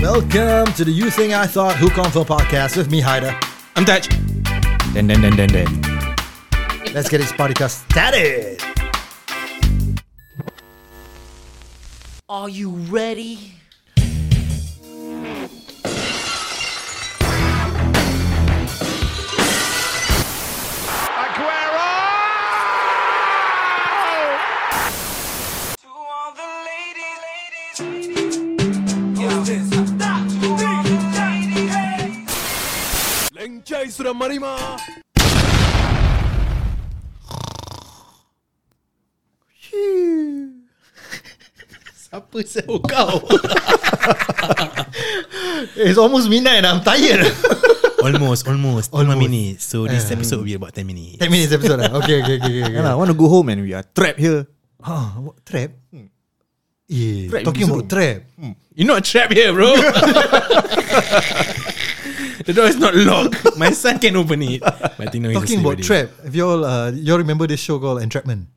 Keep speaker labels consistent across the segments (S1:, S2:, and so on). S1: Welcome to the You Thing I Thought Who Convo podcast with me, Haida.
S2: I'm Dutch. Then, then, then, then, then.
S1: Let's get this podcast started.
S3: Are you ready?
S4: To all the ladies, ladies, ladies. Yo, this. Stop. To all the ladies, ladies.
S1: Siapa saya kau? It's almost midnight and I'm tired.
S5: Almost,
S1: Almost.
S5: almost. almost. minutes. So this
S1: Yeah.
S5: episode will be about 10 minutes.
S1: 10 minutes episode. eh? Okay, okay, okay. okay.
S2: Ah, I want to go home and we are trapped here.
S1: Huh, what, trap? Yeah,
S2: Hmm. Trap in
S1: talking
S2: this
S1: about
S2: room.
S1: trap.
S5: You're not trapped here, bro. the door is not locked. My son can open it. But I think now he's
S1: Talking
S5: asleep
S1: about
S5: already.
S1: trap. If you all, uh, you all remember this show called Entrapment?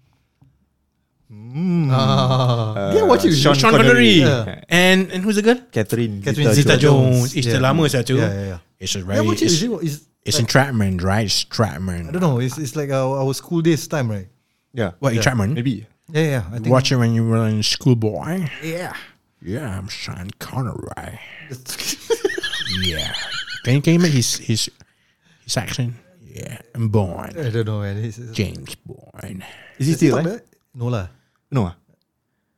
S2: Hmm.
S1: Ah, yeah, watch it.
S2: Sean
S5: Sean Connery.
S1: Yeah.
S5: And and who's the girl?
S2: Catherine.
S1: Catherine
S5: Zita Jones. It's
S1: Yeah.
S5: the lama satu.
S1: Yeah, yeah, yeah.
S5: It's a
S1: Yeah,
S5: right.
S1: watch it. Is
S5: It's,
S1: it- is-
S5: it's entrapment, right? It's entrapment.
S1: I don't know. It's, it's like our, our school days time, right?
S2: Yeah.
S5: What, entrapment?
S2: Maybe.
S1: Yeah, yeah. I think
S5: Watch it when you were in school, boy.
S1: Yeah.
S5: Yeah, I'm Sean Connery. yeah. Can you, can you make his, his, his accent? Yeah. I'm born.
S1: I don't know, man. It's, it's,
S5: James Bourne.
S2: Is he
S1: Does he talk
S2: still alive?
S1: like that? No lah.
S2: No. ah?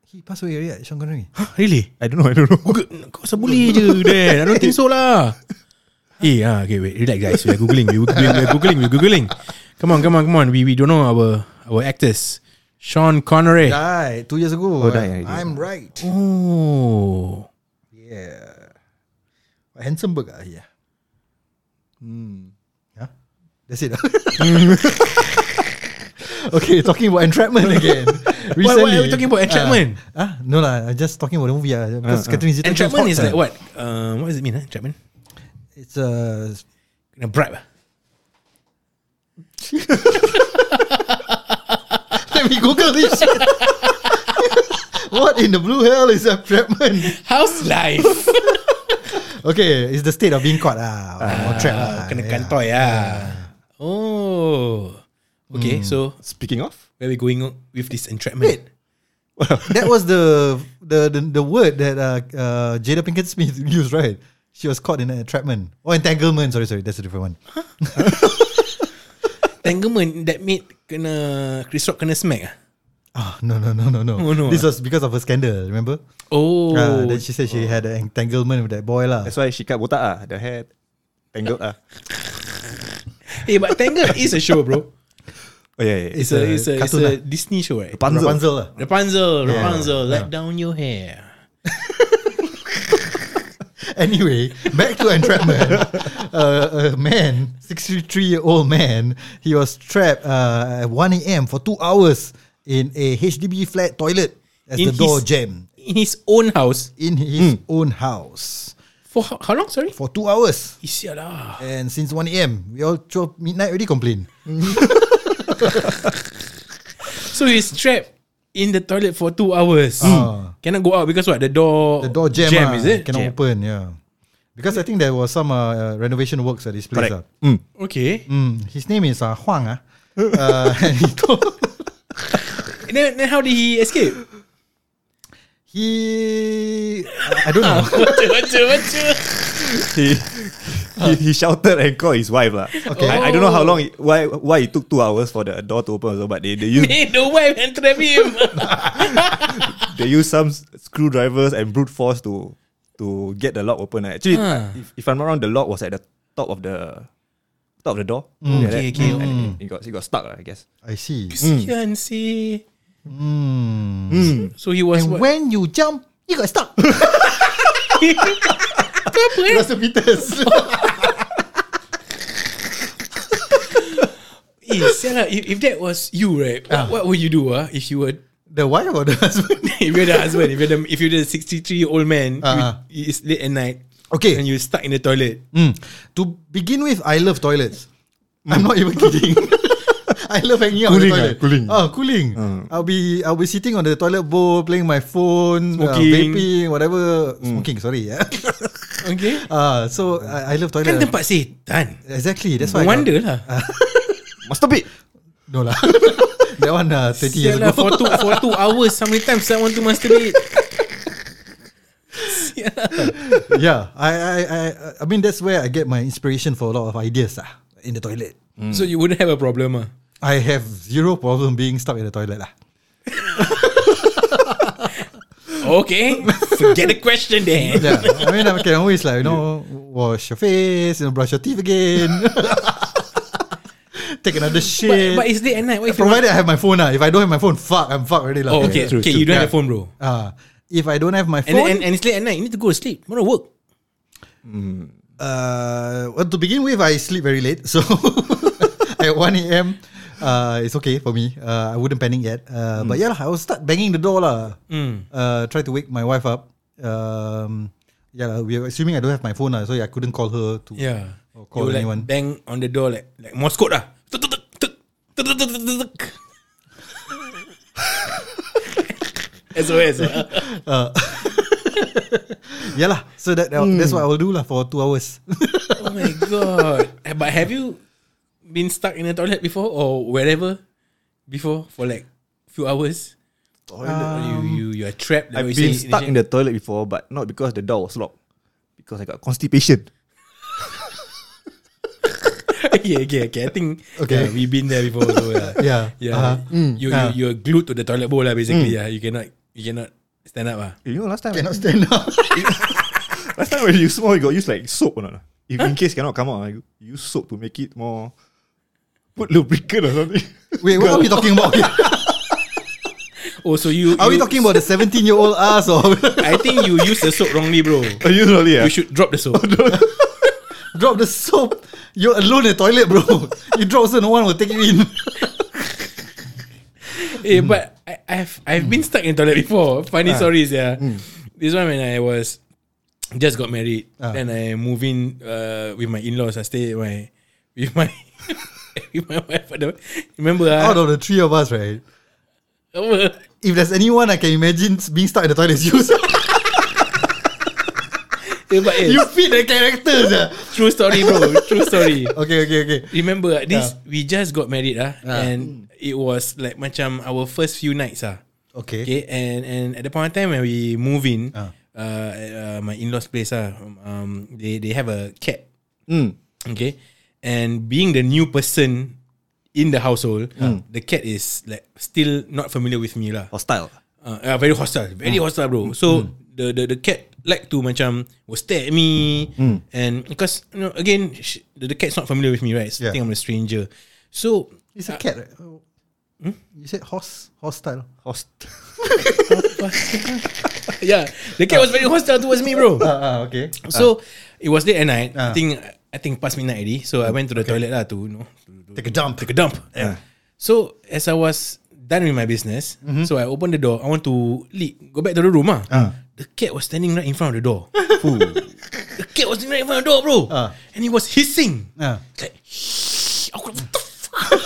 S1: He passed away already, right? Sean Connery.
S5: Really?
S2: I don't know. I don't know.
S5: Kau, kau asal boleh je Dan I don't think so lah Eh ah, okay wait Relax guys We are googling We are googling We are googling, we are googling. Come on come on come on We, we don't know our Our actors Sean Connery
S1: Died two years ago.
S2: Oh, died already.
S1: I'm right.
S5: Oh
S1: Yeah. Handsome burger here. Hmm. Yeah. That's it. okay, talking about entrapment again. Recently,
S5: Why- why are we talking about entrapment?
S1: Ah, no lah. I'm just talking about the movie. Uh, because Catherine Zeta-Jones
S5: Entrapment
S1: hot,
S5: is
S1: ah.
S5: like what uh, What does it mean eh? Entrapment
S1: It's uh,
S5: Kena bribe ah?
S1: Let me Google this. shit. what in the blue hell is entrapment?
S5: How's life
S1: Okay, it's the state of being caught ah, or trapped ah.
S5: Kena
S1: yeah.
S5: kantoi ah. Oh Okay so
S2: Speaking of,
S5: Where we going With this entrapment
S1: That was the the the, the word that uh, uh, Jada Pinkett Smith used, right? She was caught in an entrapment or entanglement. Sorry, sorry, that's a different one.
S5: Entanglement That made Kena Chris Rock kena smack ah?
S1: Ah, no, no, no, no, no.
S5: Oh, no,
S1: This was because of a scandal. Remember?
S5: Oh
S1: Ah, then she said she had an entanglement with that boy lah.
S2: that's why she cut botak ah. The hair tangled ah.
S5: Hey, Eh, but Tangled is a show, bro.
S2: Oh yeah, yeah.
S5: It's, a, it's a it's
S1: cartoon
S5: a
S1: lah.
S5: Disney show, right?
S2: ah. Rapunzel.
S1: Rapunzel lah.
S5: Rapunzel,
S1: Yeah.
S5: Rapunzel, let down your hair.
S1: Anyway, back to entrapment. uh, a man, 63 year old man, he was trapped uh, at 1 a.m. for two hours in a HDB flat toilet as the
S5: In
S1: door
S5: his- Hmm.
S1: jammed
S5: In his own house.
S1: in his own house
S5: For how, how long, sorry?
S1: for two hours.
S5: Isya lah.
S1: And since 1 a.m., we all 12 midnight already complain.
S5: So he's trapped in the toilet for two hours.
S1: Ah.
S5: Cannot go out because what? The door
S1: The door jam,
S5: jam
S1: ah,
S5: is it?
S1: Cannot
S5: Jam.
S1: open, yeah. Because I think there was some uh, uh, renovation works at this place.
S2: Correct.
S1: ah.
S5: Okay.
S1: Mm, his name is uh, Huang. ah. Uh, and he told-
S5: And then, then how did he escape?
S1: he, I don't know.
S5: Baca, baca, baca.
S2: he, he, he shouted and called his wife lah.
S1: Okay.
S2: I, I don't know how long it, why why it took two hours for the door to open also, but they they used
S5: Hey, the wife and trap him.
S2: they used some s- screwdrivers and brute force to to get the lock open. ah. Actually,
S5: Ah.
S2: if, if I'm not wrong, the lock was at the top of the top of the door. like
S5: Mm. Okay,
S2: that.
S5: okay.
S2: And it, it got it got stuck. lah, I guess.
S1: I see.
S5: Can't see.
S1: Hmm.
S5: Hmm. So he was
S1: And
S5: what?
S1: when you jump, you got stuck. Rasa Peters.
S5: Eh, Sarah, if, if that was you, right? What, what would you do, ah? If you were,
S1: the wife or the husband?
S5: if you're the husband, if you're the, if you're the 63 year old man, you-
S1: Uh-huh.
S5: it's late at night,
S1: Okay.
S5: and you're stuck in the toilet.
S1: Mm. To begin with, I love toilets. I'm not even kidding. I love hanging out on the toilet.
S5: Cooling ah, cooling. Hmm.
S1: Ah, cooling. I'll be I'll be sitting on the toilet bowl playing my phone, uh,
S5: Smoking. Hmm.
S1: vaping, whatever. Smoking, sorry. Yeah.
S5: Okay.
S1: Ah, so I, I love
S5: Kan
S1: toilet.
S5: tempat setan.
S1: Exactly. That's why. I
S5: Wonder
S1: got- Ah,
S5: lah.
S2: Masturbate.
S1: No lah. that one uh, 30 years
S5: Sial lah,
S1: ago.
S5: for two, for two hours, how many times I want to masturbate?
S1: yeah, I, I I I mean that's where I get my inspiration for a lot of ideas ah in the toilet.
S5: So you wouldn't have a problem ah.
S1: I have zero problem being stuck in the toilet lah.
S5: Okay, forget the question then.
S1: Yeah, I mean I can always like you know wash your face, you know brush your teeth again, take another
S5: But,
S1: shit.
S5: but it's late at night. What if you
S1: Provided I have my phone ah. If I don't have my phone, fuck, I'm fucked already lah.
S5: Oh, okay.
S2: true,
S5: okay,
S2: true.
S5: you don't
S1: Yeah.
S5: have a phone, bro.
S1: Ah, if I don't have my
S5: And,
S1: phone,
S5: and, and it's late at night. You need to go to sleep. Tomorrow work.
S1: Uh, well, to begin with, I sleep very late, so at 1 a.m. Uh, it's okay for me. Uh, I wouldn't panic yet.
S5: Hmm.
S1: Uh, But yeah, lah, I will start banging the door lah. Uh, try to wake my wife up. Um, yeah, lah, we are assuming I don't have my phone lah, so I couldn't call her to
S5: Yeah.
S1: or call
S5: you like
S1: anyone.
S5: bang on the door like like Morse code lah. Tuk, tuk, tuk, tuk, tuk, tuk, tuk, tuk, tuk, tuk. SOS. ah.
S1: yeah lah, so that that's what I will do lah for two hours.
S5: oh my god. Eh, But have you been stuck in a toilet before or wherever before for like few hours? Or you you you are trapped. like
S2: I've
S5: what you
S2: been
S5: say
S2: stuck in the toilet before, but not because the door was locked. Because I got constipation.
S5: okay, okay, okay. I think
S1: Okay.
S5: yeah, we've been there before. So, yeah.
S1: Yeah,
S5: yeah.
S1: uh-huh. Mm.
S5: You, you you're glued to the toilet bowl lah. Basically, yeah. You cannot you cannot stand up ah.
S2: Eh, You know, last time,
S1: Cannot stand up.
S2: last time when you small, you got use like soap or not? If in case cannot come out, you use soap to make it more. Put lubricant or something.
S1: Wait, what are we talking about? Okay,
S5: Oh, so you
S1: Are we
S5: you-
S1: talking about the 17 year old ass or
S5: I think you use the soap wrongly, bro.
S2: Are you really? Yeah.
S5: You should drop the soap.
S1: drop the soap? You're alone in the toilet, bro. You drop so no one will take you in.
S5: Eh, but I, I've I've been stuck in toilet before. Funny stories, yeah. This one when I was just got married, then I move in uh, with my in-laws. I stay with my with my with my wife. I don't- Remember,
S1: Out
S5: ah,
S1: of the three of us, right?
S5: remember
S1: If there's anyone I can imagine being stuck in the toilet, it's you. sir.
S5: Eh, but, eh,
S1: you fit the characters. ah.
S5: true story, bro. True story.
S1: Okay, okay, okay.
S5: Remember ah, this? We just got married, ah, and it was like macam our first few nights, ah.
S1: Okay.
S5: Okay, and and at the point of time when we move in, uh.
S1: Ah.
S5: at, uh, my in-laws' place, uh, um, they they have a cat.
S2: Mm.
S5: Okay, and being the new person in the household,
S1: Ah.
S5: Hmm. the cat is like still not familiar with me lah.
S2: Hostile.
S5: Uh, uh, very hostile, very
S1: Ah.
S5: hostile,
S1: Hmm.
S5: bro. So the, the the cat like to macam will stare at me,
S1: Hmm.
S5: and because you know again sh- the, the cat's not familiar with me, right? So I
S1: Yeah.
S5: think I'm a stranger. So
S1: It's a cat, right? Oh.
S5: Hmm?
S1: You said horse, horse style.
S2: Host.
S5: yeah, the cat was very hostile towards me, bro.
S1: Ah, ah, okay.
S5: So it was late at night. I
S1: Ah.
S5: think I think past midnight already. So I went to the toilet lah to you know to- to
S1: Take a dump.
S5: take a dump.
S1: Ah.
S5: Yeah. So as I was done with my business,
S1: Mm-hmm.
S5: so I opened the door. I want to leak, go back to the room ah. The cat was standing right in front of the door. the cat was standing right in front of the door, bro.
S1: Ah.
S5: And he was hissing.
S1: Ah.
S5: Like, I was like, what the fuck?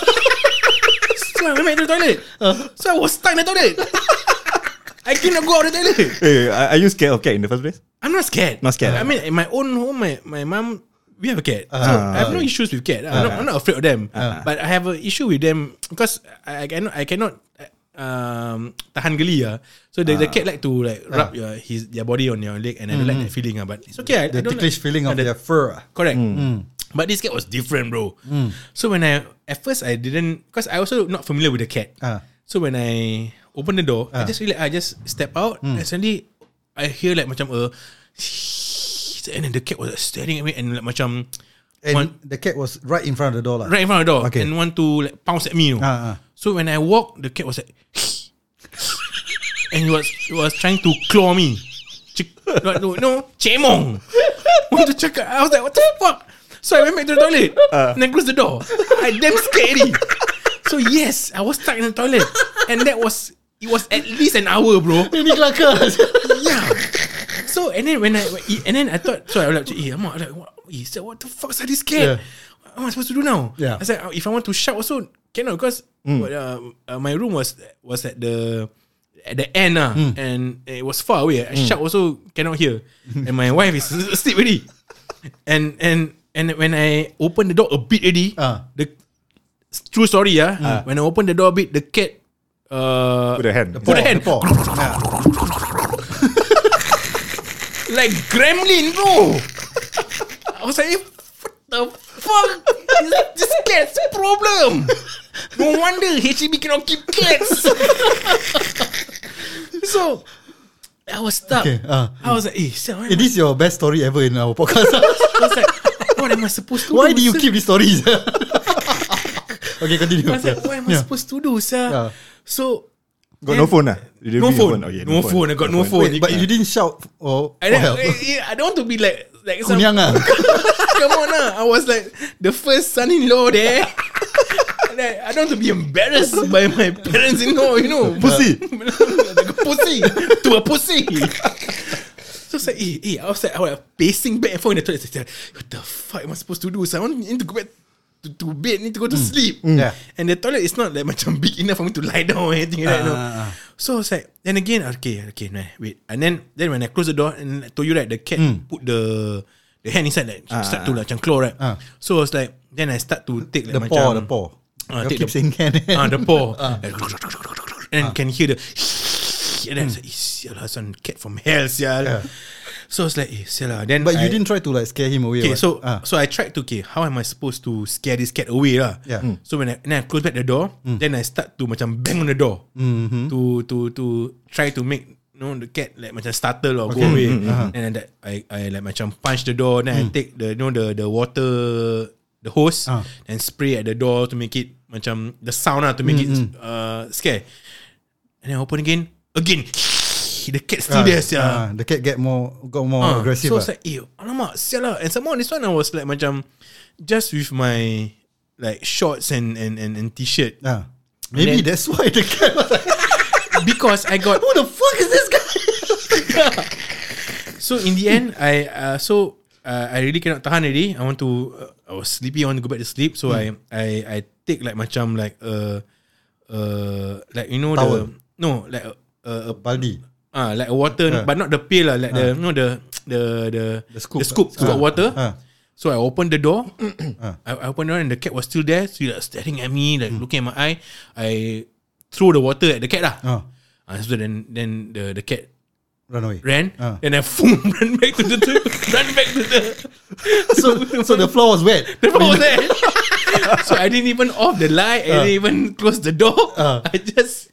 S5: so I went back to the toilet.
S1: Ah.
S5: So I was stuck in the toilet. I cannot go out of the toilet.
S2: Hey, are, are you scared of cat in the first place?
S5: I'm not scared.
S2: Not scared,
S5: I
S2: ah.
S5: mean, in my own home, my, my mom, we have a cat. so I have no issues with cat. I'm, not, I'm not afraid of them. But I have an issue with them because I, I cannot, I cannot um, tahan geli. ah. So the, the cat like to like rub your, his, their body on your leg and I don't like that feeling. ah. But it's okay. I, I
S1: The
S5: don't
S1: ticklish
S5: like-
S1: feeling
S5: Ah,
S1: of
S5: the-
S1: their fur. ah.
S5: Correct. But this cat was different, bro.
S1: Mm.
S5: So when I at first I didn't because I also not familiar with the cat.
S1: Ah.
S5: So when I open the door, I just really I just step out
S1: Mm.
S5: and suddenly I hear like macam a and then the cat was staring at me and like macam
S1: And
S5: want-
S1: the cat was right in front of the door. lah.
S5: right in front of the door
S1: Okay.
S5: and want to like pounce at me. You know?
S1: Ah, ah.
S5: So when I walk, the cat was like and he was he was trying to claw me. Cik, no, no, no, cemong. What to check? I was like, what the fuck? So I went back to the toilet and I closed the door. I damn scary. So yes, I was stuck in the toilet, and that was it was at least an hour, bro.
S1: Ini kelakar.
S5: Yeah. So and then when I and then I thought so I was like, hey, I'm like, what, he said, what the fuck is this
S1: Yeah.
S5: cat? What am I supposed to do now?
S1: Yeah. Mm.
S5: I said, if I want to shout also Cannot because what, uh, uh, my room was was at the at the end ah,
S1: Mm.
S5: and it was far away. A Shark also cannot hear, and my wife is asleep already. And and and when I open the door a bit already,
S1: Ah. Mm.
S5: the true story ah, when I open the door a bit, the cat uh
S2: Put a hand.
S5: put a hand
S1: Paw.
S5: like gremlin, bro. I was like, what the fuck? This, this cat's problem. No wonder HDB cannot keep cats. so I was stuck.
S1: Okay, ah.
S5: I was like, eh, shit, what, am
S1: It
S5: I,
S1: is your best story ever in our podcast.
S5: I was like, what am I supposed to
S1: Why
S5: do?
S1: do you
S5: sir?
S1: keep these stories? okay, continue.
S5: I was like, what am I
S1: Yeah.
S5: supposed to do, sir?
S1: Yeah.
S5: So
S2: Got no
S5: then-
S2: phone lah. You didn't
S5: No
S2: bring your
S5: phone.
S2: Okay,
S5: no, phone. I got no phone.
S1: Wait, but you didn't shout or,
S5: I
S1: for
S5: don't,
S1: help.
S5: eh, eh, I don't want to be like like some
S1: Kunyang ah.
S5: Come on, ah. I was like the first son-in-law there. And I, I don't want to be embarrassed by my parents-in-law, you know.
S2: Pussy.
S5: like a pussy to a pussy. So I was like, eh, eh. I was like, I was like pacing back and forth in the toilet. I said, what the fuck am I supposed to do? So I want, need to go back to, to bed, need to go to
S1: Mm.
S5: sleep.
S1: Yeah.
S5: And the toilet is not like macam big enough for me to lie down or anything like
S1: Ah,
S5: that. you know. So I was like, then again, okay, okay, nah, wait. And then then when I close the door and I told you right, the cat put the the hand inside like start to like macam claw right.
S1: Mm. Ah.
S5: So I was like, then I start to take like
S1: the
S5: macam
S1: paw, the paw.
S5: Ah,
S1: you
S5: take
S1: keep
S5: the-
S1: saying can.
S5: Ah, the paw. Like, and can hear the and then I was like, eh, sial lah, some cat from hell, sial. So I was like, eh, sial lah. Then
S1: But you
S5: I-
S1: didn't try to like scare him away. what?
S5: Okay, so
S1: Ah.
S5: so I tried to okay, how am I supposed to scare this cat away lah?
S1: Yeah. Hmm. Mm.
S5: So when I, then I close back the door, then I start to macam bang on the door
S1: Mm-hmm.
S5: to to to try to make you know the cat like macam startle or go away.
S1: Mm-hmm. Uh-huh.
S5: And then that, I I like macam punch the door. Then I take the you know the the water the hose
S1: Mm. Ah.
S5: and spray at the door to make it macam the sound lah to make it
S1: Mm-hmm.
S5: uh, scare. And then I open again again. The cat
S1: Ah,
S5: still there, sia.
S1: ah, the cat get more got more
S5: Ah,
S1: aggressive.
S5: So it's
S1: ah.
S5: like, ew, alamak, sial lah. And somehow this one I was like macam, just with my like shorts and and and, and t-shirt
S1: Ah. Maybe
S5: then-
S1: that's why the cat was like,
S5: because I got
S1: who the fuck is this guy?
S5: so in the end I uh, so uh, I really cannot tahan already. I want to uh, I was sleepy. I want to go back to sleep. So I
S1: Hmm.
S5: I I take like macam like uh uh like you know
S1: Towel.
S5: the no like a, a, a
S1: Baldi.
S5: Ah, like a water,
S1: Ah.
S5: but not the pail lah. Like the you know the the the
S1: The scoop.
S5: the scoop, scoop
S1: Ah,
S5: of water.
S1: ah.
S5: So I opened the door.
S1: Ah.
S5: I, I opened the door and the cat was still there, still like staring at me, like looking at my eye. I threw the water at the cat lah.
S1: Ah.
S5: Ah, so then then the the cat
S1: Run away.
S5: ran
S1: Ah.
S5: and I boom, ran back to the run back to the
S1: So, so the floor was wet.
S5: the floor was there. so I didn't even off the light. I
S1: Uh.
S5: didn't even close the door.
S1: Ah.
S5: I just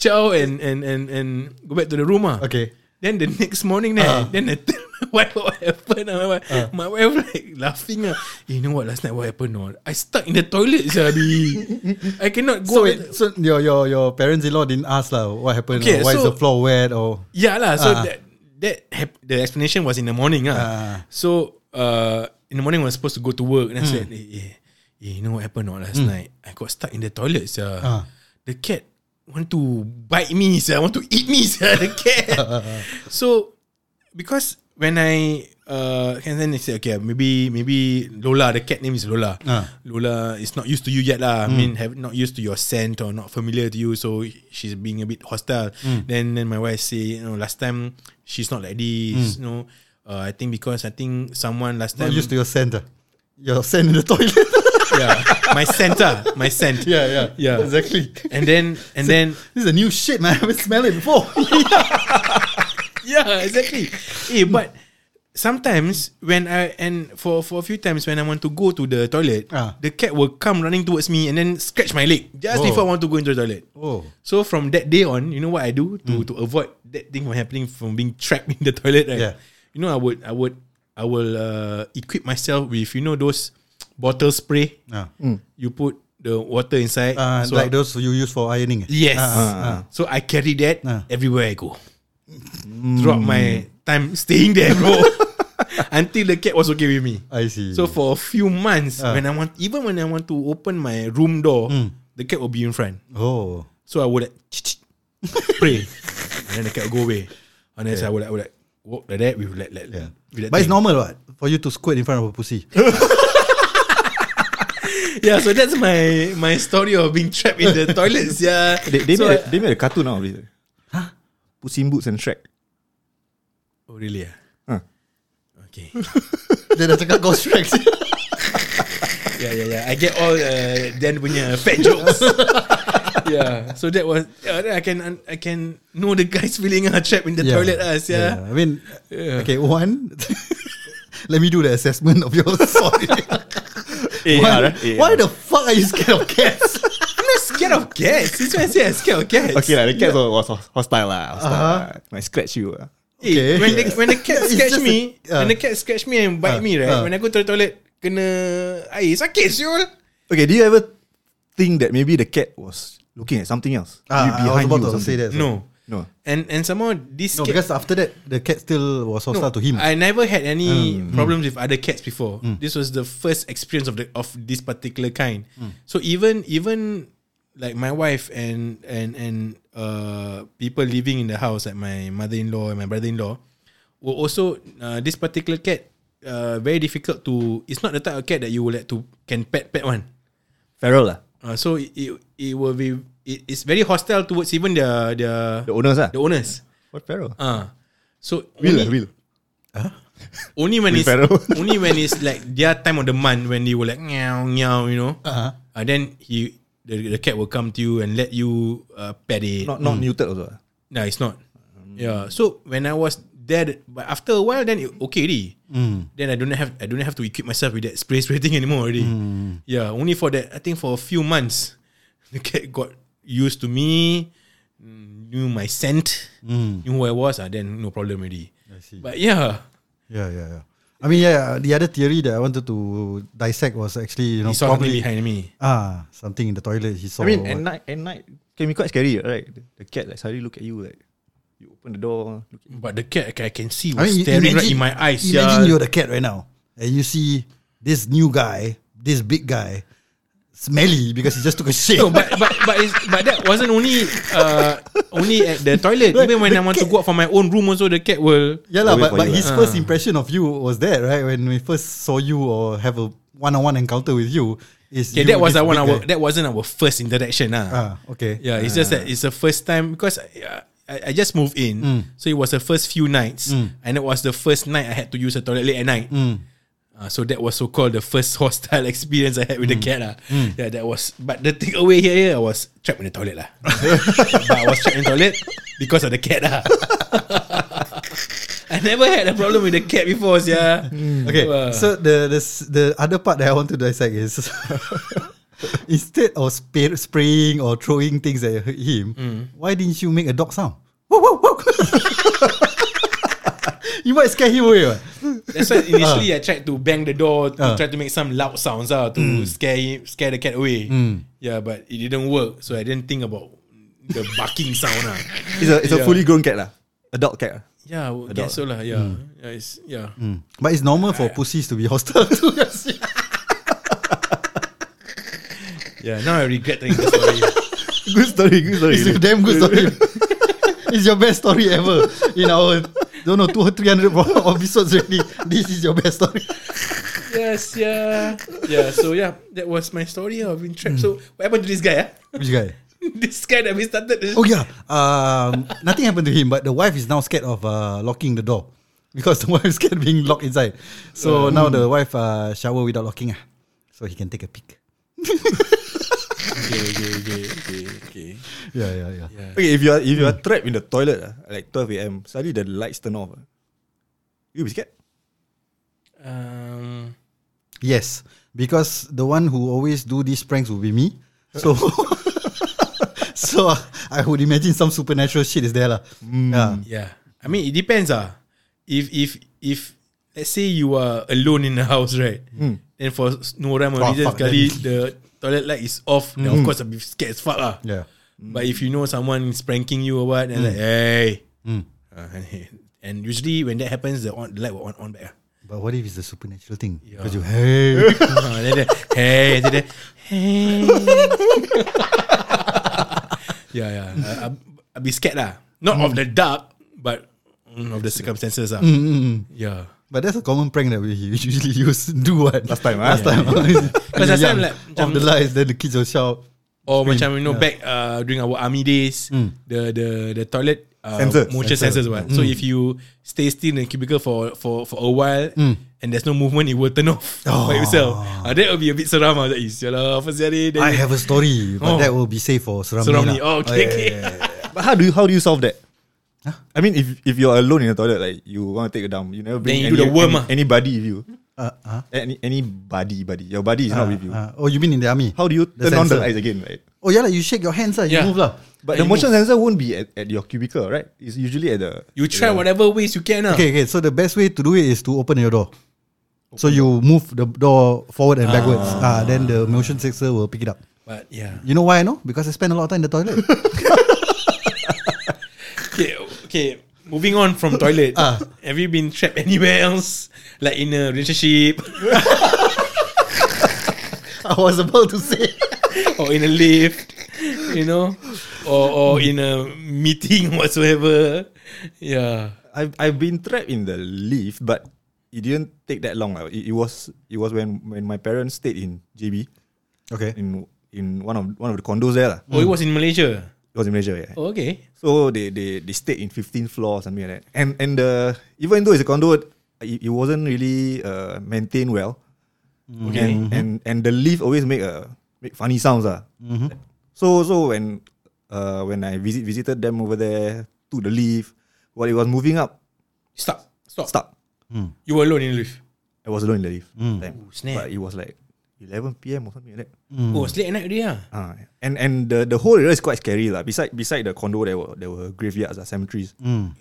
S5: chow and and and and go back to the room. ah.
S1: Okay.
S5: Then the next morning, then,
S1: Ah.
S5: then I tell my wife what happened. ah, My wife,
S1: Uh.
S5: my wife like laughing. ah. You know what? Last night what happened? Or I stuck in the toilet, Sabi. I cannot
S1: So
S5: go.
S1: wait, so your your your parents-in-law didn't ask lah what happened?
S5: Okay,
S1: or why is
S5: so-
S1: the floor wet or?
S5: Yeah lah. So
S1: Ah.
S5: that that hap- the explanation was in the morning
S1: Ah.
S5: ah. So uh, in the morning when I was supposed to go to work, and I
S1: Hmm.
S5: said, eh, eh, eh, you know what happened or not last night? I got stuck in the toilet. Sir.
S1: Ah.
S5: The cat want to bite me. Sir. Want to eat me. Sir. The cat. so because when I uh, and then they said, okay, maybe maybe Lola. The cat name is Lola.
S1: Ah. Hmm.
S5: Lola is not used to you yet lah. I mean, have not used to your scent or not familiar to you, so she's being a bit hostile.
S1: Hmm.
S5: Then, then my wife say, you know, last time she's not like this. You know, uh, I think because I think someone last
S1: Hmm. Not
S5: time
S1: used to your scent. ah. Your scent in the toilet.
S5: Um, yeah, my scent ah, my scent.
S1: yeah, yeah,
S5: Yeah.
S1: Exactly.
S5: And then and then
S1: This is a new shit, man. I haven't smelled it before.
S5: yeah, exactly. eh,
S1: Hmm.
S5: but sometimes when I and for for a few times when I want to go to the toilet,
S1: Ah.
S5: the cat will come running towards me and then scratch my leg just
S1: Oh.
S5: before I want to go into the toilet.
S1: oh. Hmm.
S5: So from that day on, you know what I do to to avoid that thing from happening from being trapped in the toilet, right?
S1: Yeah.
S5: You know, I would I would I will uh, equip myself with you know those bottle spray.
S1: Ah.
S5: You put the water inside.
S1: Uh,
S5: so
S1: like
S5: I-
S1: those you use for ironing. eh?
S5: yes.
S1: Ah,
S5: So I carry that
S1: Ah.
S5: everywhere I go. Throughout my time staying there, bro. Until the cat was okay with me.
S1: I see.
S5: So for a few months,
S1: Ah. Hmm.
S5: when I want, even when I want to open my room door, the cat will be in front.
S1: oh.
S5: So I would like pray, and then the cat will go away. And then I would like, I would like walk like that with like, like
S1: Yeah.
S5: with that
S1: But it's
S5: thing.
S1: normal, what, for you to squirt in front of a pussy.
S5: yeah, so that's my my story of being trapped in the toilets. Yeah,
S2: They, they,
S5: so,
S2: made a, they made a cartoon out of it. Huh? Puss in Boots and Shrek.
S5: oh really? Yeah.
S2: Huh.
S5: Okay.
S1: Dia dah cakap Ghost Shrek
S5: Yeah, yeah, yeah. Ya, I get all uh, Dan punya fat jokes. yeah. So that was uh, then I can I can know the guys feeling uh, trapped in the toilet as yeah.
S1: I mean
S5: Yeah.
S1: Okay one Let me do the assessment of your story
S2: AR,
S1: why,
S2: eh?
S1: why the fuck are you scared of cats?
S5: I'm not scared of cats. That's why I say I'm scared of cats.
S2: Okay lah, the cat was was hostile lah. Hostile
S1: Uh-huh.
S2: lah. Might scratch you lah.
S1: Okay.
S5: Eh, when the when the cat
S1: It's
S5: scratch
S1: just
S5: me,
S1: a-
S5: when
S1: ah.
S5: the cat scratch me and
S1: Ah,
S5: bite me, right?
S1: ah.
S5: When I go to the toilet, kena air sakit siul.
S2: Okay, do you ever think that maybe the cat was looking at something else?
S1: Ah,
S2: Maybe
S1: I was
S2: behind
S1: about
S2: you or
S1: to say that
S2: something?
S1: so-
S5: No.
S2: No.
S5: And and somehow this
S1: No
S5: cat,
S1: because after that The cat still was hostile to him
S5: I never had any problems with other cats before. This was the first experience of the of this particular kind. So even even like my wife and and and uh people living in the house, like my mother in law and my brother in law, were also uh, this particular cat. Uh, very difficult to. It's not the type of cat that you will let to can pet pet one.
S2: Feral lah.
S5: Uh, so it, it it will be it, it's very hostile towards even the the
S2: The owners lah.
S5: the owners.
S2: What feral?
S5: Uh, so
S2: Will lah,
S5: only-
S2: will.
S5: Only when
S2: Will
S5: it's
S2: Ferrell.
S5: only when it's like their time of the month when they were like meow meow, you know.
S1: Uh-huh.
S5: Uh, then he the, the cat will come to you and let you uh, pet it.
S2: Not not neutered also ah? lah.
S5: no, it's not. Yeah. So when I was there, but after a while, then it, okay, already.
S1: Mm.
S5: Then I don't have I don't have to equip myself with that spray spray thing anymore already.
S1: Mm.
S5: Yeah. Only for that, I think for a few months, the cat got used to me, mm, knew my scent, knew who I was. Uh, then no problem already.
S1: Mm. see.
S5: But yeah.
S1: Yeah, yeah, yeah. I mean, yeah. The other theory that I wanted to dissect was actually, you know,
S5: He saw something
S1: probably
S5: behind me.
S1: ah something in the toilet. He saw.
S2: I mean,
S1: or
S2: at
S1: what.
S2: night, at night can be quite scary, right? The, the cat like suddenly look at you, like you open the door. Look at
S5: But the cat I can see
S1: I
S5: was
S1: mean, i-
S5: staring right in my eyes.
S1: Imagine
S5: yeah.
S1: you're the cat right now, and you see this new guy, this big guy, smelly because he just took a shit.
S5: No, but but but, it's, but that wasn't only uh, only at the toilet. Even when
S1: the
S5: I want to
S1: cat-
S5: go out for my own room, also the cat will.
S1: yeah, lah. But,
S2: Wait for
S1: but
S2: you,
S1: his
S5: ah.
S1: first impression of you was that right when we first saw you or have a one-on-one encounter with you. Is
S5: Okay,
S1: you,
S5: that was
S1: this
S5: our one.
S1: big
S5: Our
S1: guy.
S5: that wasn't our first interaction.
S1: Ah,
S5: Ah,
S1: okay.
S5: yeah. It's just that it's the first time because I, I, I just moved in, so it was the first few nights, and it was the first night I had to use the toilet late at night. Ah, so that was so called the first hostile experience I had with the cat lah. Yeah, that was. But the takeaway here, yeah, I was trapped in the toilet lah. but I was trapped in the toilet because of the cat lah. I never had a problem with the cat before, yeah.
S1: Okay,
S5: Uh.
S1: so the, the s- the other part that I want to dissect is instead of spa- spraying or throwing things at him,
S5: Mm.
S1: why didn't you make a dog sound? Woo, woo, woo. you might scare him away. what?
S5: That's why initially I tried to bang the door to
S1: Ah.
S5: try to make some loud sounds ah, to scare him, scare the cat away. Yeah, but it didn't work. So I didn't think about the barking sound. Ah.
S2: It's a it's
S5: Yeah.
S2: a fully grown cat lah, adult cat. lah.
S5: Yeah, I would guess so lah. Yeah, yeah, it's, yeah.
S1: Mm. But it's normal for pussies to be hostile to us.
S5: yeah. Now I regret telling the story.
S2: Good story, good story.
S1: It's a damn good story. it's your best story ever in our don't know two or three hundred episodes already. This is your best story.
S5: yes, yeah, yeah. So yeah, that was my story of being trapped. So what happened to this guy? Ah,
S1: Which guy?
S5: this guy that we started. This
S1: Oh yeah. Um, nothing happened to him, but the wife is now scared of uh, locking the door because the wife is scared being locked inside. So now the wife uh, shower without locking ah, so he can take a peek.
S5: Okay, okay, okay, okay, okay.
S1: Yeah, yeah, yeah.
S2: Okay, if you are if you are trapped in the toilet ah, like 12 a.m. suddenly the lights turn off. ah. You be scared?
S5: Um,
S1: Yes, because the one who always do these pranks will be me. So. So uh, I would imagine some supernatural shit is there lah. Yeah.
S5: yeah. I mean, it depends. Ah, if if if let's say you are alone in the house, right? Then for s- no rhyme
S1: Oh,
S5: or reason,
S1: Hmm. fuck,
S5: sekali
S1: then- Hmm.
S5: the toilet light is off. Then of course, I'll be scared as fuck. Ah.
S1: yeah. Hmm.
S5: But if you know someone is pranking you or what, then like, hey. Ah, and usually when that happens, the, on, the light will on on back. ah.
S1: But what if it's a supernatural thing? Because you hey,
S5: Ah, then dia, hey, then dia, hey. yeah, yeah. I, I, I
S1: Mm,
S5: be scared lah. Not of the dark, but mm, of the circumstances lah. Yeah.
S1: But that's a common prank that we usually use. Do what?
S2: Last time,
S1: Last
S2: ah.
S1: time.
S5: Because last time, like,
S1: Off
S5: macam-
S1: the lights, then the kids will shout.
S5: Or macam you know back uh, during our army days,
S1: Mm.
S5: the the the toilet uh,
S2: Sensor.
S5: motion sensors. Well. So
S1: Mm.
S5: if you stay still in a cubicle for for for a while
S1: Mm.
S5: and there's no movement, it will turn off by
S1: Oh.
S5: itself. Uh, that will be a bit seram. Ah, that is lah. Apa sih ni?
S1: I have a story, but
S5: Oh.
S1: that will be safe for Seramni.
S5: seram ni.
S1: lah.
S5: Oh,
S1: yeah,
S5: okay. okay.
S1: yeah, yeah.
S2: But how do you how do you solve that? I mean, if if you're alone in the toilet, like you want to take a dump, you never
S5: Then
S2: bring
S5: you
S2: any,
S5: do the worm, ah.
S2: any, anybody with you.
S1: Uh, huh?
S2: Any anybody, buddy, your buddy is not with you.
S1: Uh, oh, you mean in the army?
S2: how do you
S1: The
S2: turn on Ah, the
S1: sensor.
S2: lights again? Right?
S1: Oh, yeah, like you shake your hands, lah. you
S5: Yeah.
S1: move. Lah.
S2: But
S5: Like
S2: the
S5: you
S2: motion sensor won't be at, at your cubicle, right? It's usually at the.
S5: You try
S2: the-
S5: whatever ways you can. ah.
S1: Okay, okay. So the best way to do it is to open your door. So you move the door forward and backwards. Ah, then the motion sensor will pick it up.
S5: But yeah.
S1: You know why I know? Because I spend a lot of time in the toilet.
S5: Okay, okay. Moving on from toilet.
S1: Ah.
S5: Have you been trapped anywhere else? Like in a relationship
S1: I was about to say.
S5: or in a lift, you know, or or in a meeting whatsoever. Yeah.
S2: I've I've been trapped in the lift, but it didn't take that long. lah. It, it was it was when when my parents stayed in JB
S1: Okay.
S2: in in one of one of the condos there lah.
S5: Oh, it was in Malaysia.
S2: It was in Malaysia, yeah.
S5: Oh, okay.
S2: So they they they stayed in 15th floor or something like that. And and the even though it's a condo, it, it wasn't really uh, maintained well.
S5: Okay.
S2: And, and and the leaf always make a make funny sounds ah. So so when uh when I visit visited them over there to the leaf, while it was moving up,
S5: Stop. Stop.
S2: stuck.
S5: You were alone in the lift.
S2: I was alone in the leaf.
S5: Oh,
S2: Time.
S5: snap.
S2: But it was like 11 p.m. or something like that.
S5: Oh, it's late at night already. ah.
S2: Ah, and and the, the whole area is quite scary lah. Beside beside the condo, there were there were graveyards, ah, cemeteries.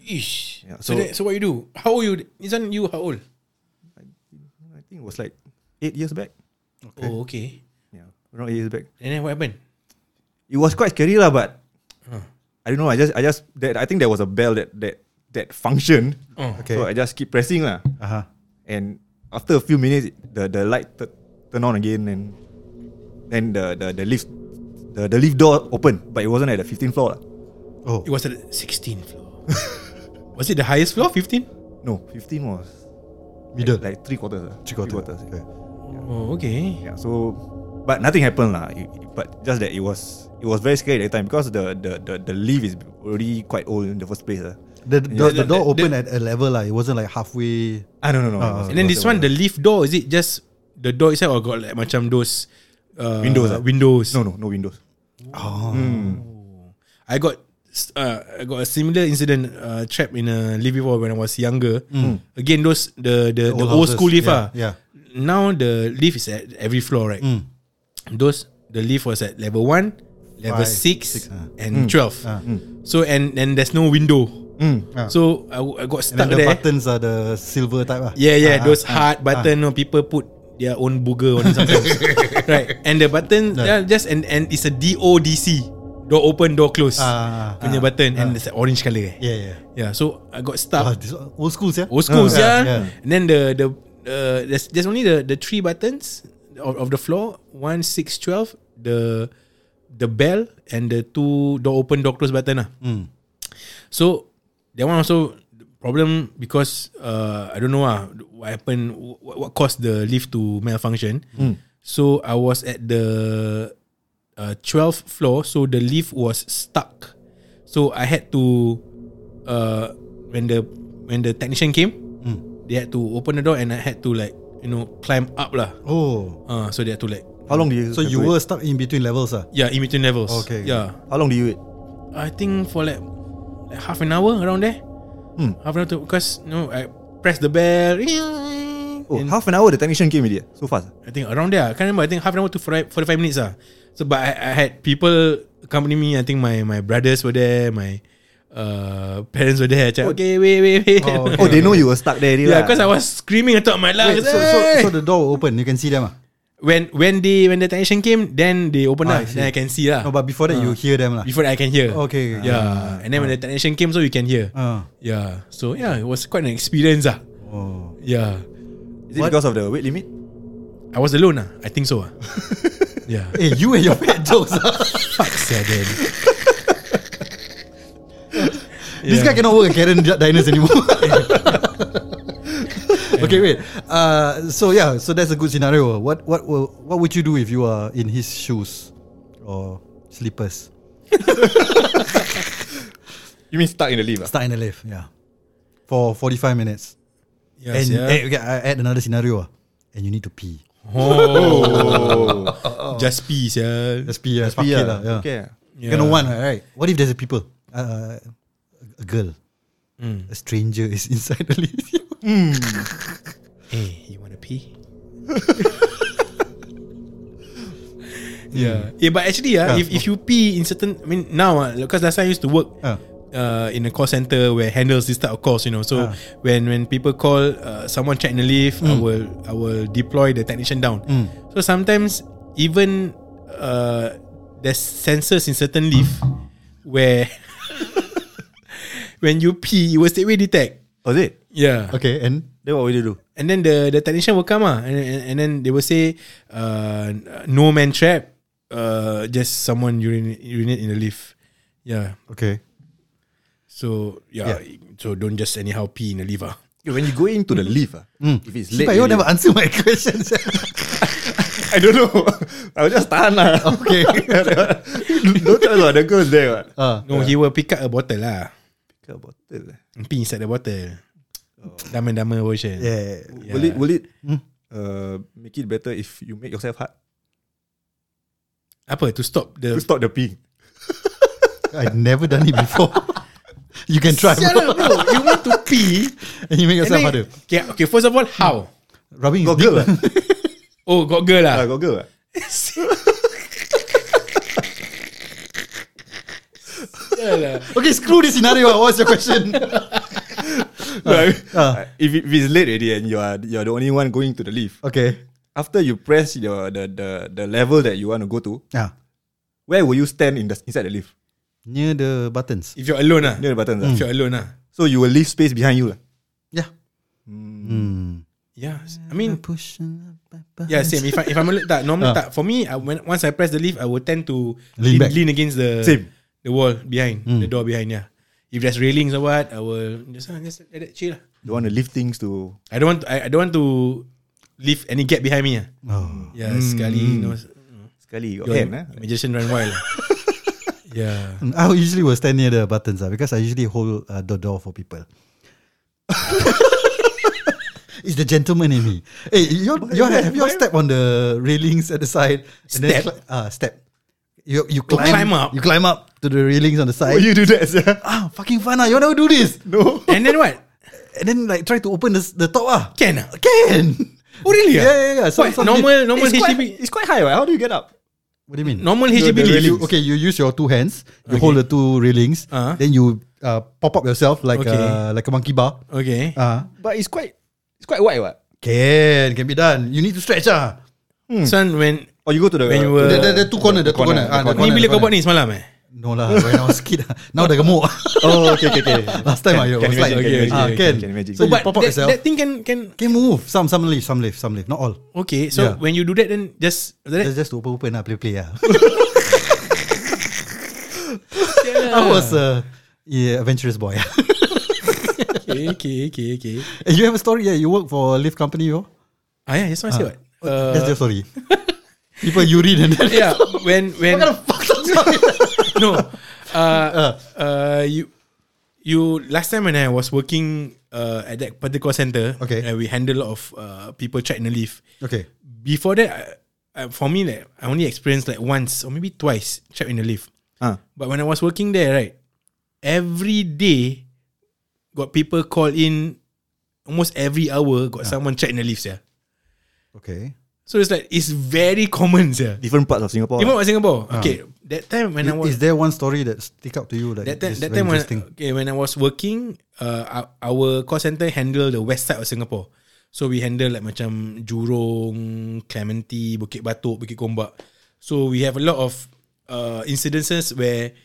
S5: Ish.
S2: Yeah,
S5: so
S2: so-
S5: that, so what you do? How old you? Isn't you how old?
S2: I think it was like eight years back.
S5: Oh, okay.
S2: Yeah, around eight years back.
S5: And then what happened?
S2: It was quite scary lah, but I don't know. I just I just that I think there was a bell that that that function.
S5: Oh.
S1: Okay.
S2: So I just keep pressing lah,
S1: Uh-huh.
S2: and after a few minutes, the the light t- turn on again, and then the the the lift the the lift door opened, but it wasn't at the 15th floor lah.
S1: Oh.
S5: It was at the 16th floor. was it the highest floor? 15?
S2: No, 15 was
S1: Middle.
S2: like three quarters. ah.
S1: Three quarter.
S2: yeah.
S1: Okay.
S5: Oh, okay.
S2: Yeah, so but nothing happened lah. It- it- But just that it was it was very scary at that time because the the the, the leaf is already quite old in the first place. ah.
S1: The, the, the
S5: the-
S1: door
S5: the-
S1: opened at a level lah. It wasn't like halfway.
S2: Ah no no no. it was-
S5: And then
S2: it
S5: this
S2: was
S5: one,
S2: that
S5: the lift door, is it just the door itself or got like macam those uh,
S2: Windows, ah?
S5: Windows.
S2: No no no windows.
S5: I got uh, I got a similar incident uh, trapped in a lift before when I was younger. Again, those the the, the,
S1: Mm. old
S5: old
S1: houses,
S5: school lift.
S1: yeah,
S5: ah.
S1: yeah. Mm.
S5: Now the lift is at every floor,
S2: Mm.
S5: right? Those the lift was at level one, level
S1: Five,
S5: six,
S1: six, ah.
S5: and twelve.
S1: Ah.
S5: So and and there's no window.
S1: Ah.
S5: So I, I got
S1: And then
S5: stuck
S1: the
S5: there.
S1: buttons are the silver type lah.
S5: Yeah, yeah,
S1: Ah,
S5: those
S1: ah,
S5: hard button. no, people put their own booger on it sometimes. right, and the button yeah, just and and it's a DODC door open door close
S1: Ah,
S5: punya
S1: ah,
S5: button and it's like orange color. eh.
S1: Yeah, yeah.
S5: yeah. So I
S1: Ah,
S5: got stuck.
S1: this one- old schools yeah.
S5: Old
S1: Ah,
S5: schools, yeah.
S1: yeah.
S5: And then the the uh, there's there's only the the three buttons of, of the floor one six twelve the the bell and the two door open door close button lah.
S1: Mm.
S5: So that one also problem because uh, I don't know ah what happened what, what caused the lift to malfunction.
S1: Hmm.
S5: So I was at the uh, 12th floor, so the lift was stuck. So I had to uh, when the when the technician came,
S1: Hmm.
S5: they had to open the door and I had to like you know climb up lah.
S1: Oh.
S5: Uh, so they had to like
S2: How long do you?
S1: So
S2: have
S1: you
S2: to
S1: were
S2: wait?
S1: stuck in between levels ah.
S5: yeah in between levels.
S1: Okay.
S5: Yeah.
S2: How long do you wait?
S5: I think for like, like half an hour around there.
S1: Hmm.
S5: Half an hour to because you know I press the bell.
S2: Oh,
S5: and
S2: half an hour. The technician came with it. So fast. ah.
S5: I think around there. I can't remember. I think half an hour to 45 45 minutes ah. So but I, I had people accompany me. I think my my brothers were there. My uh, parents were there. I check, okay, wait, wait, wait.
S1: Oh,
S2: Oh, they know you were stuck there. already
S5: yeah,
S2: lah.
S5: because I was screaming at the top of my lungs.
S1: Wait, so, so,
S5: "Hey!"
S1: so the door will open. You can see them ah.
S5: when when they when the technician came, then they opened
S1: Ah,
S5: up.
S1: I see.
S5: Then I can see lah.
S1: No, but before that
S5: Ah.
S1: you hear them lah.
S5: before that I can hear.
S1: Okay, Ah. okay.
S5: Yeah. and then when the technician came, so you can hear.
S1: Ah.
S5: Yeah. So yeah, it was quite an experience ah.
S1: Oh.
S5: Yeah.
S2: Is it because of the weight limit?
S5: I was alone ah. I think so ah. yeah.
S1: Hey, Eh, you and your pet jokes. ah.
S5: Fuck sia then.
S1: This guy cannot work at Karen Diners anymore. okay, okay, wait. Uh, so yeah, so that's a good scenario. What what will- what would you do if you are in his shoes or slippers?
S2: You mean stuck in the lift? ah?
S1: Start in the lift, yeah, for forty five minutes.
S5: Yes,
S1: and
S5: yeah.
S1: eh, okay, I add another scenario. ah. And you need to pee.
S5: Oh. Just pee, yeah.
S1: Just pee, just pee, lah, yeah.
S2: Okay.
S1: You know one, right? What if there's a people, uh, a girl, a stranger is inside the lift?
S5: Hey, you want to pee? yeah. yeah, but actually, ah,
S1: Yeah.
S5: if, if you pee in certain, I mean, now, ah, because last time I used to work
S1: Ah.
S5: uh, in a call center where handles this type of calls, you know. So when when people call, uh, someone check in the lift, I will I will deploy the technician down. So sometimes even uh, there's sensors in certain lift where when you pee, it will straightway detect.
S2: Oh, is it?
S5: Yeah.
S1: okay, and
S2: Then what will you do?
S5: And then the the technician will come ah, and, and and then they will say, uh, no man trap, uh, just someone urinate, urinate in the lift. Yeah.
S1: okay,
S5: So yeah, so don't just anyhow pee in the lift ah.
S2: When you go into the lift, ah, if it's late,
S1: Hmm. but you
S2: already-
S1: never answer my questions.
S2: I don't know. I will just tahan lah.
S1: okay,
S2: don't tell us the girls there. What?
S1: uh,
S5: No, he will pick up a bottle lah.
S2: Pick up bottle. eh.
S5: And pee inside the bottle. Dama-dama version.
S1: yeah.
S5: Oh. Yeah.
S2: Will it will it uh, make it better if you make yourself hard
S5: Apa to stop the
S2: to stop the peeing?
S1: I've never done it before. you can try,
S5: Sial
S1: bro.
S5: lah, bro. You want to pee
S1: and you make
S5: and
S1: yourself
S5: then-
S1: harder.
S5: Okay, okay, first of all, how?
S1: Rubbing his
S2: Got girl.
S1: dick.
S2: ah?
S5: Oh, got girl
S2: Ah,
S5: lah.
S2: got girl. ah?
S5: Sial lah.
S1: Okay, screw this scenario. ah. What's your question?
S5: Uh,
S2: Like,
S1: ah.
S2: If it- if it's late already and you are you are the only one going to the lift,
S1: okay.
S2: after you press your the the the level that you want to go to,
S1: Yeah.
S2: where will you stand in the inside the lift?
S1: Near the buttons.
S5: If you're alone ah.
S2: Near the buttons. ah?
S5: If you're alone ah.
S2: So you will leave space behind you. lah.
S1: Yeah.
S5: Hmm.
S1: Hmm. Mm.
S5: Yeah. I mean,
S1: Pushing up my buttons.
S5: Yeah, same. If I if I'm alone, tak normally
S1: Ah.
S5: tak. For me, I, when once I press the lift, I will tend to
S1: Lean
S5: lean,
S1: back. Hmm.
S5: lean against the
S2: Same.
S5: the wall behind the door behind. Yeah, if there's railings or what, I will just ah, just let it chill. lah.
S2: You want to leave things to
S5: I don't want I, I don't want to leave any gap behind me. ah.
S1: Oh.
S5: Yeah, sekali you know,
S2: sekali you got
S5: your
S2: hand.
S1: eh.
S2: ah.
S5: magician run wild. lah. yeah.
S1: Mm, I usually will stand near the buttons ah, because I usually hold uh, the door for people. It's the gentleman in me. Hey, you you have you all step on the railings at the side and then
S5: Step?
S1: cli- ah, step. You you
S5: Oh,
S1: climb,
S5: climb up.
S1: You climb up to the railings on the side.
S2: Why you do that? sia?
S1: ah, fucking fun ah! You never do this.
S2: No.
S5: And then what?
S1: And then like try to open the the top ah.
S5: Can ah?
S1: Can.
S5: Oh really?
S1: Yeah,
S5: ah?
S1: yeah, yeah. Some-
S5: What,
S1: some
S5: normal normal
S2: it's, quite,
S5: HDB.
S2: it's quite high. Right? How do you get up?
S1: What do you mean?
S5: Normal HDB
S2: the
S1: You,
S5: lift.
S1: okay, you use your two hands. You
S5: Okay.
S1: hold the two railings.
S5: Uh-huh.
S1: Then you uh, pop up yourself like
S5: Okay.
S1: uh, like a monkey bar.
S5: Okay.
S1: Uh,
S2: But it's quite it's quite wide. What?
S1: can can be done. You need to stretch ah.
S5: Son, when
S2: Or you go to the
S5: When you were-
S1: The, the, the two corner, the two corner.
S2: corner,
S1: Ah,
S2: the
S1: the
S5: ni
S1: corner,
S5: bila
S1: the
S5: kau buat
S1: corner.
S5: ni semalam eh?
S1: No lah, when I was kid. ah. Now dah gemuk.
S2: Oh, okay, okay, okay.
S1: Last time I was
S2: can
S1: like,
S2: imagine,
S5: okay,
S1: ah,
S5: okay,
S1: can.
S2: can imagine.
S1: So,
S5: So,
S1: you
S5: but
S1: pop up
S5: that,
S1: yourself.
S5: that thing can can
S1: can move. Some some lift, some lift, some lift. Not all.
S5: Okay, so
S1: Yeah.
S5: when you do that, then just
S1: That's
S5: after that,
S1: just to open open ah, play play ah. I was a yeah, adventurous boy.
S5: okay, okay, okay, okay.
S1: Eh, you have a story? Yeah, you work for a lift company, yo.
S5: Ah yeah, that's what I said. What? Uh,
S1: That's your story. People urine and then
S5: yeah, when when
S1: fucked up story.
S5: no, uh, uh, you you last time when I was working uh, at that particular center,
S1: Okay.
S5: and we handle a lot of uh, people trapped in the lift.
S1: Okay.
S5: Before that, I, I, for me, like I only experienced like once or maybe twice trapped in the lift.
S2: Ah.
S5: But when I was working there, right, every day got people call in. Almost every
S1: Ah.
S5: hour got someone trapped in the lift, yeah.
S1: Okay.
S5: So it's like it's very common, yeah.
S2: Different parts of Singapore. ah.
S5: Even what Singapore, okay. That time when
S1: Is,
S5: I was
S1: Ah. is there one story that stick out to you? Like
S5: that time,
S1: is
S5: that
S1: very
S5: time when
S1: interesting.
S5: okay when I was working, uh, our, our call center handle the west side of Singapore. So we handle like macam Jurong, Clementi, Bukit Batok, Bukit Gombak. So we have a lot of uh, incidences where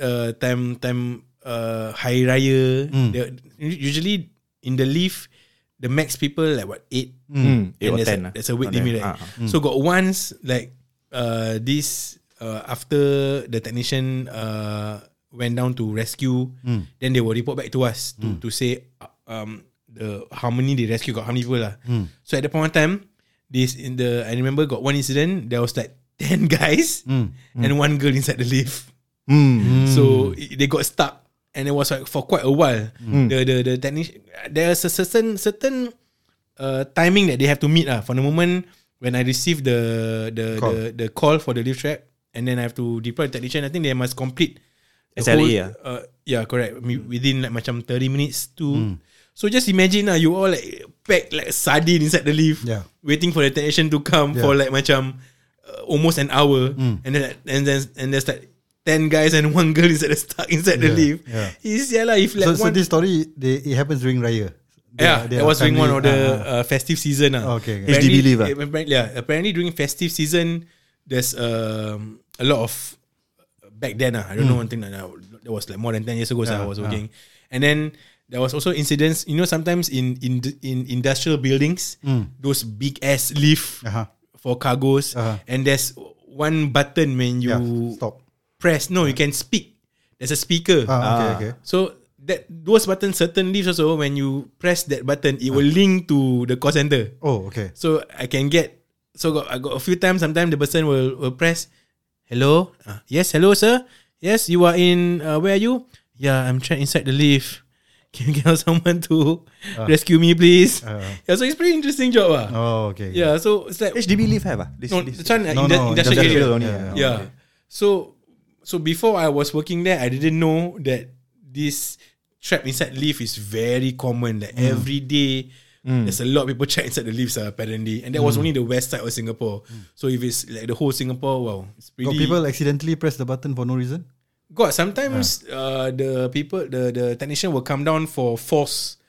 S5: uh, time time uh, Hari Raya,
S1: Hmm.
S5: the- usually in the leaf, the max people like what eight
S1: Hmm.
S2: Mm, eight
S5: and
S2: or
S5: there's,
S2: ten.
S5: a,
S2: ah.
S5: there's a weight
S2: Around
S5: limit,
S2: there.
S5: right?
S2: Ah, ah.
S5: So got once like uh this uh after the technician
S2: Hmm.
S5: uh went down to rescue, then they will report back to us to to say uh, um the how many they rescue, got how many people lah.
S2: Hmm.
S5: So at that point of time, this in the I remember got one incident. There was like ten guys
S2: Hmm.
S1: Hmm.
S5: and one girl inside the lift. Hmm.
S2: Mm.
S5: So i- they got stuck, and it was like for quite a while. The the the technician there's a certain certain uh, timing that they have to meet ah. From the moment when I receive the the
S2: Call.
S5: the the call for the lift trap, and then I have to deploy the technician. I think they must complete. the
S2: SLA,
S5: whole,
S2: yeah.
S5: Uh, yeah, correct. Mi- Within like macam 30 minutes
S2: Mm.
S5: to. So just imagine lah, you all like packed like sardine inside the lift,
S1: Yeah.
S5: waiting for the technician to come for like macam uh, almost an hour,
S1: Mm.
S5: and then and then and there's like ten guys and one girl inside the stuck inside the
S1: Yeah,
S5: lift.
S1: yeah.
S5: It's yeah lah. If like
S1: so, so
S5: one,
S1: this story, they, it happens during Raya. They
S5: yeah,
S1: are- they
S5: that
S1: are
S5: was during one
S1: family-
S5: of the
S1: ah, ah.
S5: uh, festive season. Uh.
S1: Okay, okay.
S2: HDB leave ah.
S5: Apparently, yeah, apparently during festive season, there's um, a lot of back then. Uh, I don't know one thing that uh, that was like more than ten years ago. so I was working, and then there was also incidents. You know, sometimes in in in industrial buildings, those big ass lift
S1: Uh-huh.
S5: for cargos,
S1: Uh-huh.
S5: and there's one button when you
S1: Yeah, stop.
S5: press. No, you can speak. There's a speaker.
S1: Ah, okay, okay.
S5: So that those buttons, certain leaves also, when you press that button, it will link to the call center.
S1: Oh, okay.
S5: So I can get. So got, I got a few times. Sometimes the person will, will press, "Hello, Ah, yes, hello, sir. Yes, you are in. Uh, where are you? Yeah, I'm trapped inside the lift. Can you get someone to rescue me, please? yeah, so it's pretty interesting job, ah.
S1: Oh, okay. okay.
S5: Yeah, so it's like
S2: HDB leave have ah? This,
S5: no,
S2: this-
S5: this one uh,
S1: No,
S5: no,
S1: no,
S5: industrial
S1: industrial
S5: area.
S2: only,
S5: yeah.
S2: yeah. Okay.
S5: So so before I was working there, I didn't know that this trap inside leaf is very common. Like every day, there's a lot of people trapped inside the leaves uh, apparently, and that was only the west side of Singapore. So if it's like the whole Singapore, wow, it's
S1: Got
S5: pretty.
S1: people accidentally press the button for no reason?
S5: God, sometimes uh, the people, the the technician will come down for false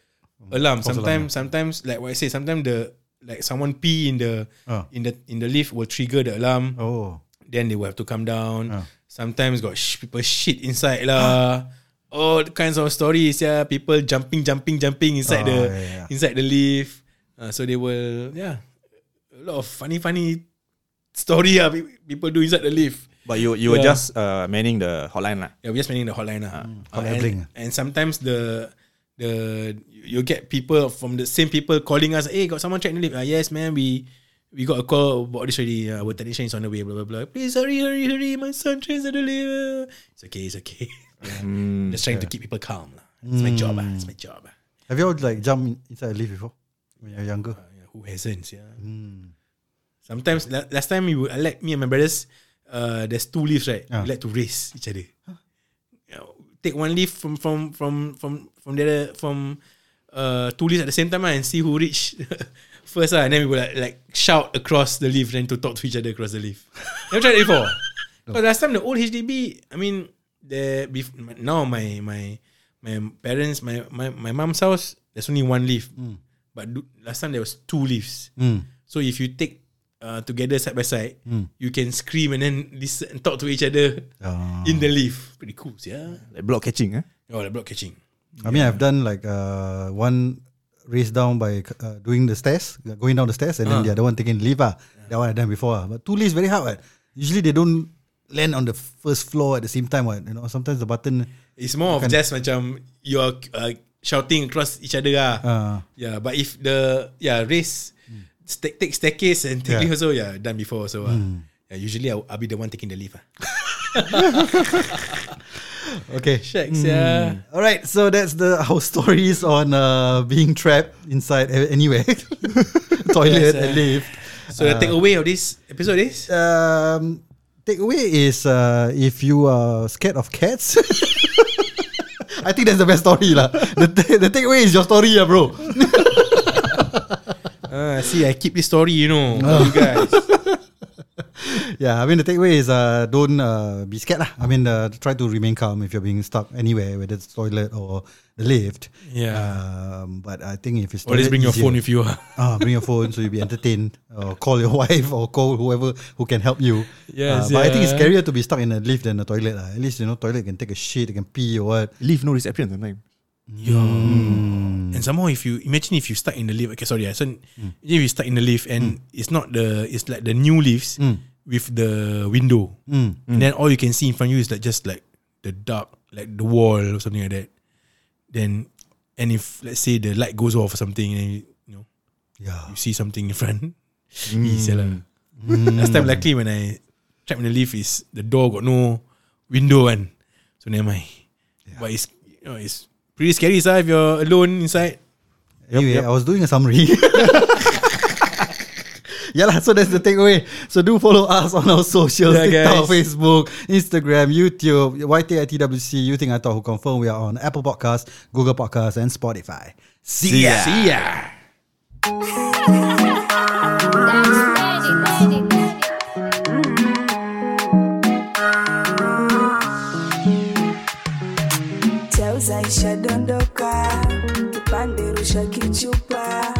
S5: alarm. sometimes, sometimes like what I say, sometimes the like someone pee in the
S1: Ah.
S5: in the in the lift will trigger the alarm.
S1: Oh.
S5: Then they will have to come down.
S1: Ah.
S5: Sometimes got sh- people shit inside lah. All kinds of stories, yeah. People jumping, jumping, jumping inside
S1: Ah,
S5: the
S1: yeah, yeah.
S5: inside the lift. Uh, so they will, yeah, a lot of funny, funny story ah pe- people do inside the lift.
S2: But you you were
S5: Yeah.
S2: just uh, manning the hotline lah.
S5: Yeah, we're just manning the hotline. ah. Uh,
S1: Mm. hotline bling.
S5: and, and sometimes the the you you get people from the same people calling us, hey, got someone checked in the lift. Ah, yes, man, we we got a call about this already. Uh, our technician is on the way, blah blah blah. Please hurry, hurry, hurry, my son trains in the lift. It's okay, it's okay.
S2: Hmm.
S5: just trying to keep people calm. lah. It's my job, ah. it's my
S1: Mm.
S5: job. ah.
S1: Have you all like jumped in- inside a lift before? When you're younger?
S5: Uh, Yeah, who hasn't? Yeah.
S1: Mm.
S5: Sometimes la- last time we would, I like me and my brothers. Uh, there's two leaves, right?
S1: Ah.
S5: We like to race each other. You know, take one leaf from from from from from the other from uh two leaves at the same time ah, and see who reach first ah. And then we would like, like shout across the leaf, then to talk to each other across the leaf. Never tried it before. Because last time the old HDB, I mean, the bef- now my my my parents, my my my mom's house, there's only one leaf. But do, last time there was two leaves. So if you take uh, together side by side, you can scream and then listen and talk to each other in the leaf. Pretty cool, yeah.
S2: Like block catching eh?
S5: Oh, the block catching.
S1: I mean, I've done like uh, one race down by uh, doing the stairs, going down the stairs, and then the other one taking leave. Ah, that one I done before. ah. But two leaves very hard. ah. Usually they don't land on the first floor at the same time. ah. You know, sometimes the button.
S5: It's more of just macam you are uh, shouting across each other ah.
S1: Uh,
S5: Yeah, but if the yeah race stack take staircase and take
S1: Yeah.
S5: leaf also yeah done before also. ah. Yeah, usually I'll, I'll be the one taking the leaf ah.
S1: okay.
S5: Shacks, yeah.
S1: All right. So that's the our stories on uh, being trapped inside a- anywhere, toilet,
S5: Yes,
S1: and
S5: ah.
S1: lift. Uh,
S5: So the takeaway of this episode is
S1: Um, takeaway is uh, if you are scared of cats. I think that's the best story lah. The, ta- the takeaway is your story, lah, bro.
S5: Ah, see, I keep this story, you know, you guys.
S1: Yeah, I mean the takeaway is uh, don't uh, be scared lah. I mean uh, try to remain calm if you're being stuck anywhere, whether it's toilet or the lift.
S5: Yeah.
S1: Um, but I think if it's
S5: Always
S1: toilet,
S5: bring your
S1: easier.
S5: phone with you. ah.
S1: Ah, bring your phone so you'll be entertained. Or call your wife or call whoever who can help you. Uh,
S5: Yes,
S1: but I think it's
S5: yeah.
S1: scarier to be stuck in a lift than a toilet. lah. At least you know toilet can take a shit, it can pee or what.
S2: Leave no reception sometimes.
S5: Yo. And somehow if you imagine if you stuck in the leaf, okay, sorry, I so if you stuck in the leaf and it's not the it's like the new leaves with the window. And then all you can see in front of you is like just like the dark, like the wall or something like that. Then and if let's say the light goes off or something, and you, you know
S1: Yeah.
S5: you see something in front, eh, sial lah. Last time luckily when I trapped in the lift is the door got no window and so never mind. But it's you know, it's pretty scary sah if you're alone inside.
S1: Anyway, I was doing a summary. Yeah lah, so that's the takeaway. So do follow us on our socials,
S5: Yeah,
S1: TikTok,
S5: guys.
S1: Facebook, Instagram, YouTube, YTITWC, You Think I Talk Who Confirm. We are on Apple Podcasts, Google Podcasts, and Spotify. See ya!
S5: See ya.
S6: Magic, magic.
S7: Chauza isha dondoka, kipande rusha kichupa,